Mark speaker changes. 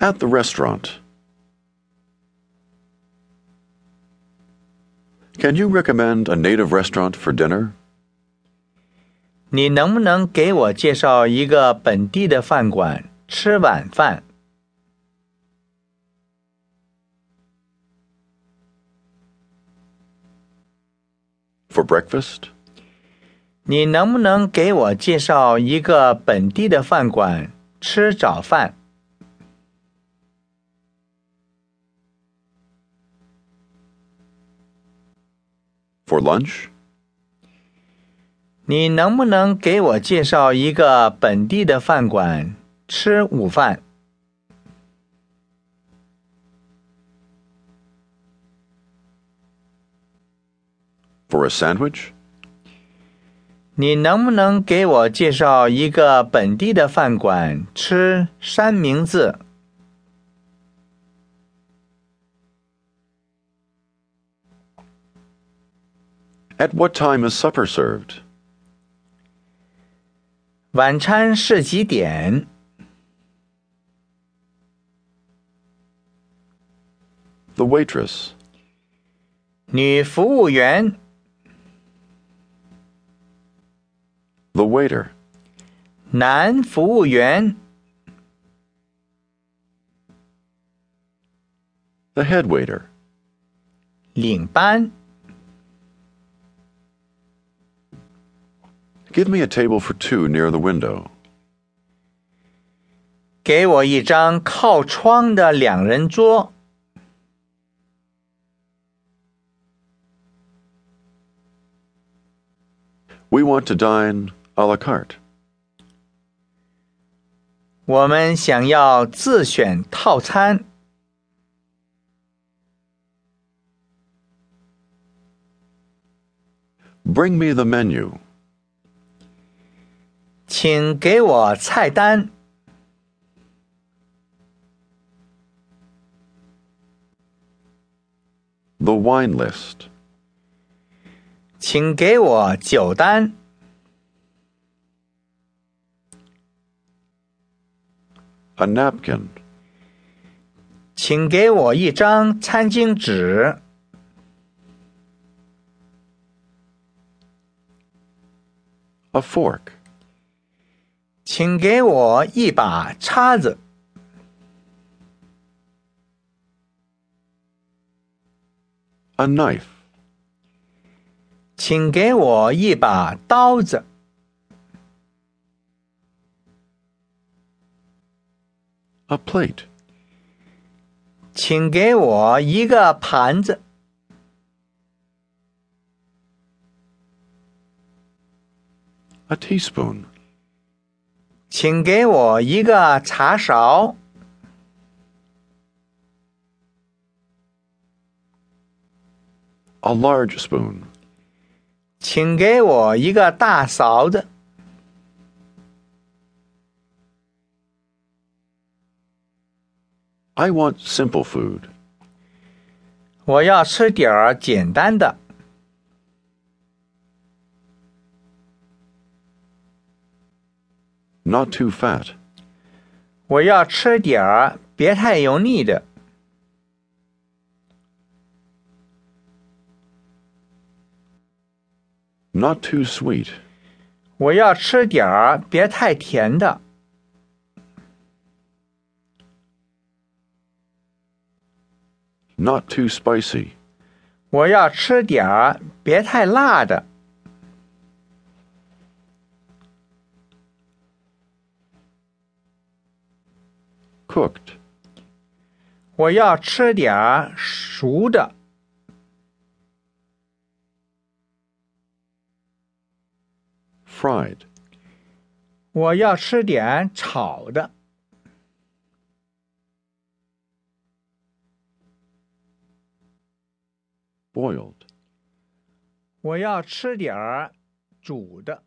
Speaker 1: At the restaurant. Can you recommend a native restaurant for dinner?
Speaker 2: 你能不能给我介绍一个本地的饭馆吃晚饭？
Speaker 1: For breakfast?
Speaker 2: 你能不能给我介绍一个本地的饭馆吃早饭？
Speaker 1: For lunch?
Speaker 2: 你能不能给我介绍一个本地的饭馆吃午饭？
Speaker 1: For a sandwich?
Speaker 2: 你能不能给我介绍一个本地的饭馆吃三明治？
Speaker 1: At what time is supper served?
Speaker 2: 晚餐是几点
Speaker 1: The waitress.
Speaker 2: 女服务员、
Speaker 1: The waiter.
Speaker 2: 男服务员、
Speaker 1: The head waiter.
Speaker 2: 领班。
Speaker 1: Give me a table for two near the window.
Speaker 2: 给我一张靠窗的两人桌。
Speaker 1: We want to dine a la carte.
Speaker 2: 我们想要自选套餐。
Speaker 1: Bring me the menu.
Speaker 2: 请给我菜单，
Speaker 1: The wine list.
Speaker 2: 请给我酒单，
Speaker 1: A napkin.
Speaker 2: 请给我一张餐巾纸，
Speaker 1: A fork.
Speaker 2: 请给我一把叉子，
Speaker 1: A knife.
Speaker 2: 请给我一把刀子，
Speaker 1: A plate.
Speaker 2: 请给我一个盘子，
Speaker 1: A teaspoon.
Speaker 2: 请给我一个茶勺，
Speaker 1: A large spoon.
Speaker 2: 请给我一个大勺子，
Speaker 1: I want simple food.
Speaker 2: 我要吃点儿简单的。
Speaker 1: Not too fat.
Speaker 2: 我要吃点儿别太油腻的，
Speaker 1: Not too sweet.
Speaker 2: 我要吃点儿别太甜的，
Speaker 1: Not too spicy.
Speaker 2: 我要吃点儿别太辣的，
Speaker 1: Cooked.
Speaker 2: 我要吃点儿熟的，
Speaker 1: Fried.
Speaker 2: 我要吃点儿炒的，
Speaker 1: Boiled.
Speaker 2: 我要吃点儿煮的。